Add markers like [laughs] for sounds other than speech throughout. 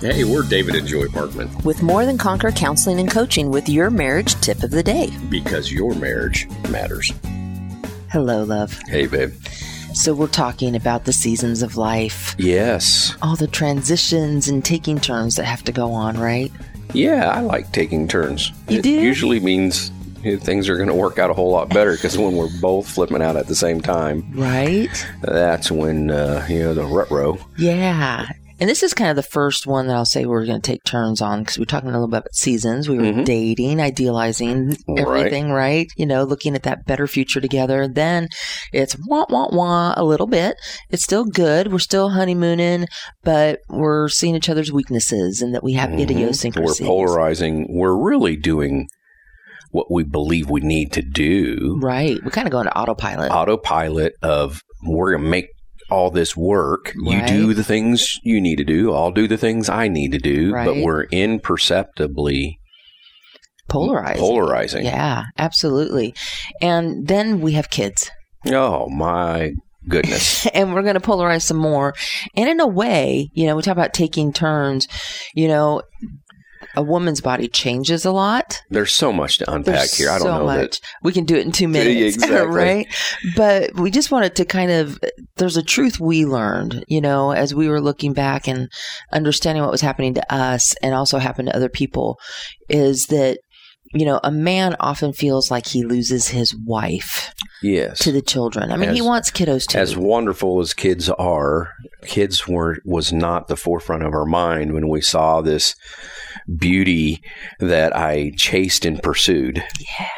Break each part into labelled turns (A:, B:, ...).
A: Hey, we're David and Joy Parkman
B: with More Than Conquer Counseling and Coaching with your marriage tip of the day.
A: because your marriage matters.
B: Hello, love.
A: Hey, babe.
B: So, we're talking about the seasons of life,
A: Yes.
B: all the transitions and taking turns that have to go on, right?
A: Yeah, I like taking turns.
B: You
A: it
B: do?
A: usually means you know, things are going to work out a whole lot better because when we're both flipping out at the same time,
B: Right?
A: that's when, uh, you know, the rut row.
B: Yeah. And this is kind of the first one that I'll say we're going to take turns on because we're talking a little bit about seasons. We were dating, idealizing
A: Mm-hmm. Right.
B: everything, right. You know, looking at that better future together. Then it's wah, wah, wah a little bit. It's still good. We're still honeymooning, but we're seeing each other's weaknesses and that we have
A: Mm-hmm. We're
B: idiosyncrasies.
A: polarizing. We're really doing what we believe we need to do.
B: Right. We kind of go into autopilot.
A: Uh, autopilot of we're gonna make all this work. You
B: Right.
A: do the things you need to do. I'll do the things I need to do. But
B: Right.
A: we're imperceptibly
B: polarized.
A: polarizing.
B: Yeah, absolutely. And then we have kids.
A: Oh my
B: [laughs]
A: goodness.
B: and we're going to polarize some more. And in a way, you know, we talk about taking turns, you know, a woman's body changes a lot.
A: There's so much to unpack
B: There's
A: here. I don't
B: so
A: know that
B: much. We can do it in
A: [laughs]
B: two
A: Yeah,
B: minutes, [laughs]
A: exactly.
B: right? But we just wanted to kind of. There's a truth we learned, you know, as we were looking back and understanding what was happening to us and also happened to other people, is that you know a man often feels like he loses his wife
A: yes.
B: to the children. I mean, he
A: As-
B: wants kiddos too.
A: as wonderful as kids are, kids were was not the forefront of our mind when we saw this beauty that I chased and pursued.
B: yeah,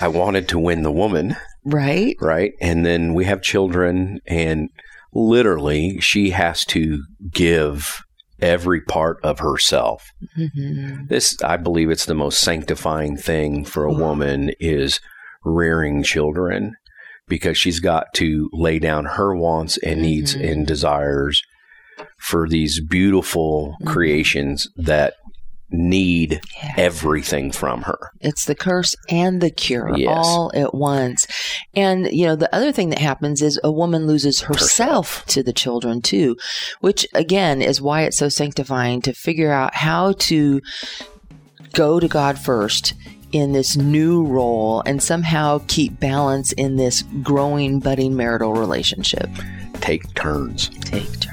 A: I wanted to win the woman.
B: right.
A: right? And then we have children, and literally, she has to give every part of herself. Mm-hmm.
B: hmm
A: This, I believe, it's the most sanctifying thing for a woman is rearing children because she's got to lay down her wants and needs
B: Mhm.
A: and desires for these beautiful
B: Mhm.
A: creations that need
B: Yeah.
A: everything from her.
B: It's the curse and the cure
A: Yes.
B: all at once. And, you know, the other thing that happens is a woman loses herself to the children too, which again is why it's so sanctifying to figure out how to go to God first in this new role and somehow keep balance in this growing, budding marital relationship.
A: Take turns.
B: Take turn.